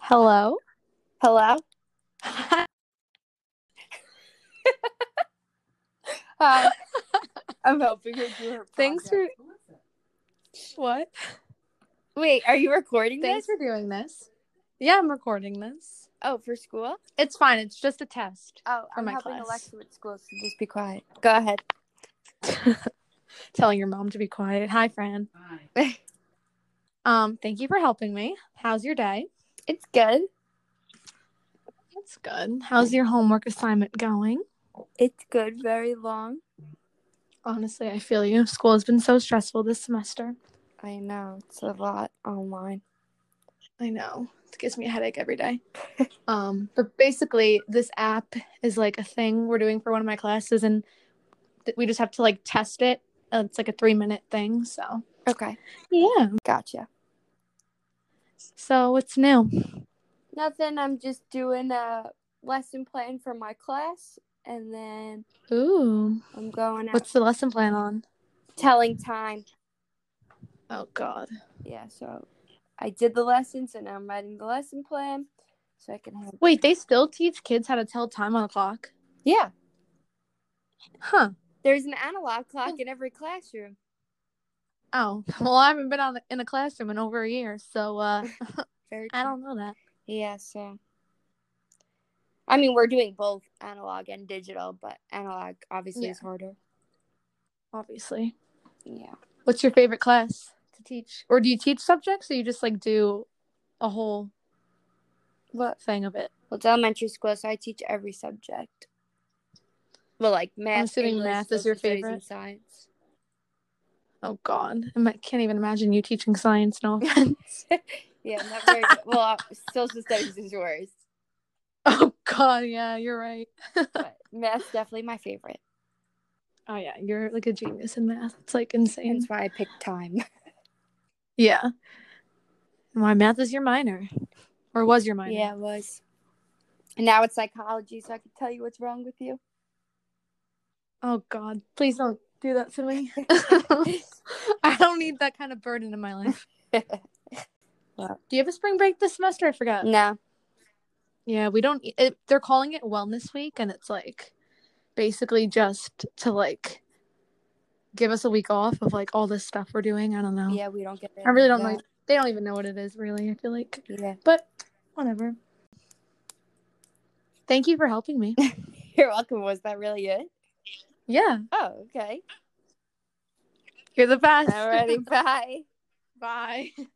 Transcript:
Hello. Hello. Hi. I'm helping her do her. Thanks for- for what? Wait, are you recording Thanks this? for doing this. Yeah, I'm recording this. Oh, for school? It's fine. It's just a test. Oh, For I'm my helping class. Alexa with school, so just be quiet. Go ahead. Telling your mom to be quiet. Hi, Fran. Um, thank you for helping me. How's your day? It's good. That's good. How's your homework assignment going? It's good. Very long. Honestly, I feel you. School has been so stressful this semester. I know it's a lot online. I know. It gives me a headache every day. um, but basically, this app is like a thing we're doing for one of my classes, and th- we just have to like test it. Uh, It's like a three minute thing. So, Okay, yeah. gotcha. So, what's new? Nothing. I'm just doing a lesson plan for my class, and then Ooh. I'm going out What's the lesson plan on? telling time. Oh, God. Yeah, so I did the lessons, and I'm writing the lesson plan, so I can have. Wait, they still teach kids how to tell time on a clock? Yeah, Huh. there's an analog clock in every classroom. Oh, well, I haven't been on in a classroom in over a year, so uh, Very I don't know that. true. Yeah, so. I mean, we're doing both analog and digital, but analog obviously Yeah. is harder. Obviously. Yeah. What's your favorite class to teach? Or do you teach subjects or you just like do a whole Well, thing of it? well, it's elementary school, so I teach every subject. Well, like math. assuming English, math is your social studies, favorite. and Science. Oh god. I mi- can't even imagine you teaching science, no offense. Yeah, not very good. well, uh, social studies is yours, oh god, yeah, you're right. but math's definitely my favorite. Oh yeah, you're like a genius in math. It's like That's insane. why I picked time. Yeah. My math is your minor. Or was your minor. Yeah, it was. And now it's psychology, so I can tell you what's wrong with you. Oh god. Please don't do that to me. I don't need that kind of burden in my life. Wow. Do you have a spring break this semester? I forgot. no. Yeah, we don't. e, It, they're calling it Wellness Week, and it's like basically just to like give us a week off of like all this stuff we're doing. I don't know. Yeah, we don't get I really don't that. like. They don't even know what it is, really. I feel like, Yeah. but whatever. Thank you for helping me. You're welcome. Was that really it? yeah, Oh, okay. you're the best. Alrighty, bye. Bye.